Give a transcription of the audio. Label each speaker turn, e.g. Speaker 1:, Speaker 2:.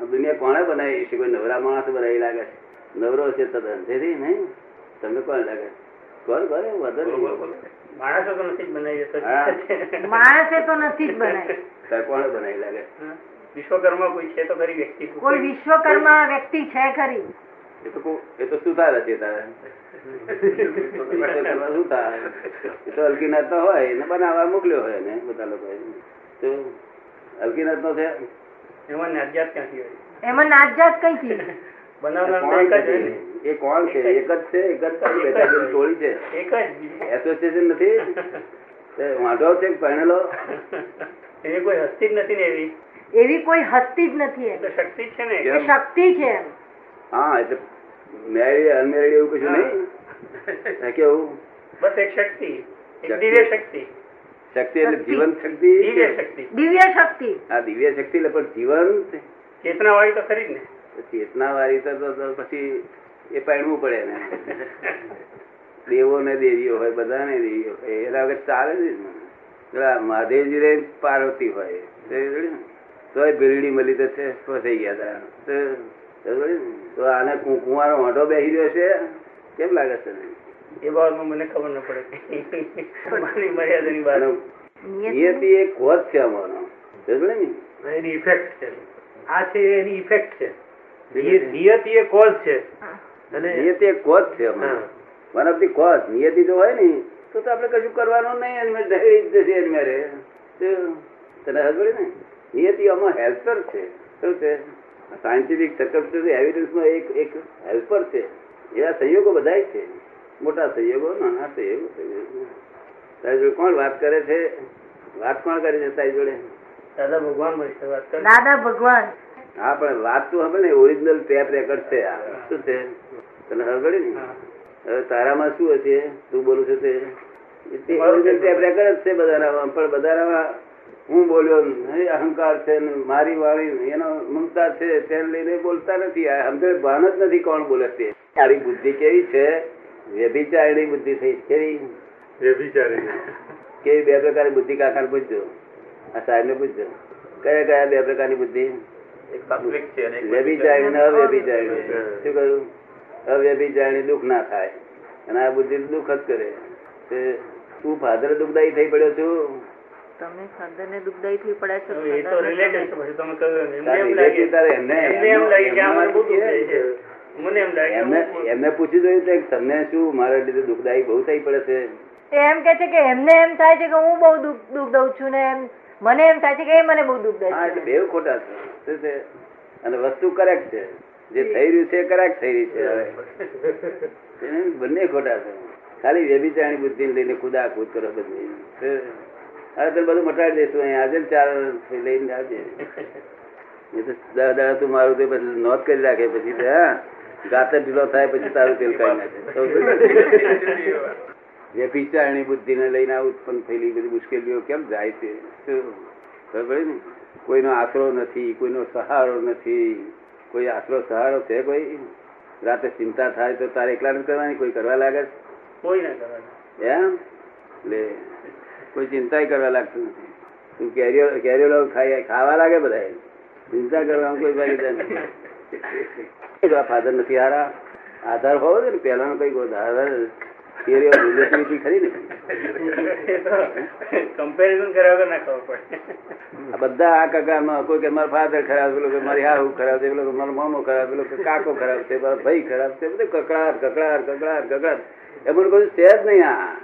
Speaker 1: આ દુનિયા કોણે બનાવી છે કોઈ નવરા માણસ બનાવી લાગે છે નવરો છે તદ્દન તેથી નહીં તમને કોણ લાગે કોણ કોણ વધુ
Speaker 2: માણસો તો નથી જ બનાવી જતો
Speaker 1: હા.
Speaker 3: માણસે તો નથી જ બનાવી
Speaker 1: કોણે બનાવી લાગે
Speaker 2: હા. વિશ્વકર્મા કોઈ છે તો ખરી વ્યક્તિ
Speaker 3: કોઈ વિશ્વકર્મા વ્યક્તિ છે ખરી
Speaker 1: એ તો કો- એ તો સુધાર હશે તારે વિશ્વકર્મા સુધાર એ તો અલકીનાથ નો હોય એને બનાવવા મોકલ્યો હોય ને બધા લોકો તો અલકીનાથ નો છે
Speaker 2: એમાં નાજ્યાત ક્યાંથી હોય
Speaker 3: એમાં નાતજાત કઈ થી
Speaker 2: બનાવનાર તો
Speaker 1: કોણ
Speaker 2: એક જ
Speaker 1: છે?
Speaker 2: હોય
Speaker 1: એ કોણ છે એક જ છે એક જ છે બેટા જેવી ટોળી છે
Speaker 2: ને એક જ બીજું.
Speaker 1: એસોસિએશન નથી એ વાંધો છે કે પરણેલો
Speaker 2: એવી કોઈ હસ્તી જ નથી ને એવી
Speaker 3: એવી કોઈ હસ્તી જ નથી
Speaker 2: એ
Speaker 3: એમ
Speaker 2: તો શક્તિ જ છે ને
Speaker 1: કેમ?
Speaker 3: એ શક્તિ છે એમ
Speaker 1: હા એટલે મેરેજ અનમેરેજ એવું કશું
Speaker 2: હા.
Speaker 1: નહીં આ કેવું
Speaker 2: બસ એક શક્તિ એક
Speaker 1: શક્તિ.
Speaker 2: દિવ્ય શક્તિ
Speaker 1: શક્તિ એટલે
Speaker 3: શક્તિ.
Speaker 1: જીવન શક્તિ
Speaker 2: દિવ્ય શક્તિ
Speaker 3: દિવ્ય શક્તિ
Speaker 1: આ દિવ્ય શક્તિ એટલે પણ જીવન
Speaker 2: ચેતના વાળી તો ખરી જ ને
Speaker 1: ચેતના વાળી તો- તો તો પછી એ પહેરવું પડે ને દેવો ને દેવીઓ હોય બધાને દેવીઓ હોય એના વગર ચાલે જ નહીં. પેલા મહાદેવજી રે પાર્વતી હોય તો એ જોયું ને? તોય ભીલડી મળી તો છે ફસાઈ ગયા તા તો તો જોયું ને? તો આને કુ- કુંવારો હોંઢો બેસી રહ્યો છે કેમ લાગે છે તને?
Speaker 2: એ બાબતમાં મને ખબર ન પડે મારી મર્યાદાની બહાર
Speaker 1: આનો નિયતિ એ ખોજ છે અમારો સમજે ને
Speaker 4: એની ઇફેક્ટ છે આ છે એની ઇફેક્ટ છે નિય-
Speaker 1: નિયતિ-
Speaker 4: નિયતિ એ કોઝ છે અને
Speaker 1: નિયતિ એ ખોજ છે અમારો
Speaker 4: હા.
Speaker 1: વન ઓફ ધી કોઝ નિયતિ જો હોય ને તો તો આપણે કશું કરવાનું નહીં એની મેં દહેજ જશે એની મેરે તો તને હસબડી ને નિયતિ આમાં હેલ્પર છે શું છે સાયન્ટિફિક સર્કમસ્ટન્સ એવિડન્સમાં એક એક હેલ્પર છે એવા સંયોગો બધાય છે મોટા સંયોગો નાના સંયોગો સંયોગો. તારી જોડે કોણ વાત કરે છે વાત કોણ કરે છે તારી જોડે
Speaker 2: દાદા ભગવાન મળશે વાત કર
Speaker 3: દાદા ભગવાન
Speaker 1: હા પણ વાત તો હવે ને ઓરિજિનલ ટેપ રેકર્ડ છે આ શું છે તને હરગડી ને
Speaker 2: હા.
Speaker 1: હવે તારામાં શું હશે તું બોલું છું તે તે
Speaker 2: મારું
Speaker 1: original tape record જ છે બધાનામાં પણ બધાનામાં હું બોલ્યો ને, એ અહંકાર છે ને મારી વાણી એનો મમતા છે તેને લઈને બોલતા નથી આ સમજણ ભાન જ નથી કોણ બોલે તે તારી બુદ્ધિ કેવી છે વ્યભિચારણી બુદ્ધિ થઈ છે. કેવી
Speaker 4: વ્યભિચારી
Speaker 1: કેવી બે પ્રકારની બુદ્ધિ કાકાને પૂછજો આ સાહેબને પૂછજો કયા કયા બે પ્રકારની બુદ્ધિ
Speaker 2: એક સાત્વિક છે અને
Speaker 1: વ્યભિચારી ને અવ્યભિચારી શું કહ્યું અવ્યભિચારી દુઃખ ના થાય અને આ બુદ્ધિ દુઃખ જ કરે તે તું ફાધર દુઃખદાયી થઈ પડ્યો છું
Speaker 3: તમે ખાધર ને દુઃખદાયી થઈ પડ્યા
Speaker 2: એ તો રિલેટેડ છે પછી તમે કહ્યું એમ.
Speaker 1: તારે
Speaker 2: એમને એમ લાગે
Speaker 1: relative તારે એમને
Speaker 2: એમને એમ લાગે કે આ મને બહુ દુઃખ થાય છે
Speaker 1: એમને-
Speaker 2: મને એમ લાગે
Speaker 1: એમને
Speaker 2: કે હું-
Speaker 1: એમને પૂછી જોયું હતું કે તમને શું મારા લીધે દુઃખદાયી બહુ થઈ પડે છે
Speaker 3: એમ કે છે કે એમને એમ થાય છે કે હું બહુ દુઃખ દુઃખ દઉં છું ને એમ મને એમ થાય છે કે એ મને બહુ દુઃખ દે
Speaker 1: હા એટલે
Speaker 3: છે
Speaker 1: બેવ ખોટા છે શું છે અને વસ્તુ કરેક્ટ છે જે થઈ રહ્યું છે કરેક્ટ થઈ રહી છે હવે એને બંને ખોટા છે ખાલી વ્યભિચારણી બુદ્ધિ લઈને કુદા કુદ કરો બધી હવે તો બધું મટાડી દઈશું અહીંયા આજે જ ચાર વર્ષથી લઈને આવજે એ તો દસ દાડા તું મારું તે પછી નોંધ કરી રાખે પછી તે, હા ગાતર ઢીલો થાય પછી તારું તેલ કાઢી નાખે વ્યભિચારણી બુદ્ધિને લઈને આ ઉત્પન્ન થયેલી બધી મુશ્કેલીઓ કેમ જાય છે શું? ખબર પડી ને કોઈનો આશરો નથી કોઈનો સહારો નથી કોઈ આશરો સહારો છે કોઈ રાતે ચિંતા થાય તો તારે એકલા નથી કરવાની કોઈ કરવા લાગે છે?
Speaker 2: કોઈ ના કરવાનું
Speaker 1: એમ એટલે કોઈ ચિંતાય કરવા લાગતું નથી તું કેરીઓ કેરીઓ લાવ ખાઈ ખાવા લાગે બધા ચિંતા કરવાનું કોઈ ફાયદા નથી જો આ ફાધર નથી હારા આધાર હોવો જોઈએ ને પહેલાનો કઈક આધાર કેરીઓ રિલેટિવિટી ખરી ને
Speaker 2: કમ્પેરિઝન કર્યા વગર ના ખબર પડે
Speaker 1: આ બધા આ કકારમાં કોઈ કે મારા ફાધર ખરાબ છે પેલો કે મારી હાહુ ખરાબ છે પેલો કે મારો મામો ખરાબ પેલો કે કાકો ખરાબ છે મારો ભાઈ ખરાબ છે બધું કકડાટ કકડાટ કકડાટ કકડાટ એ મને કોઈ છે જ નહીં આ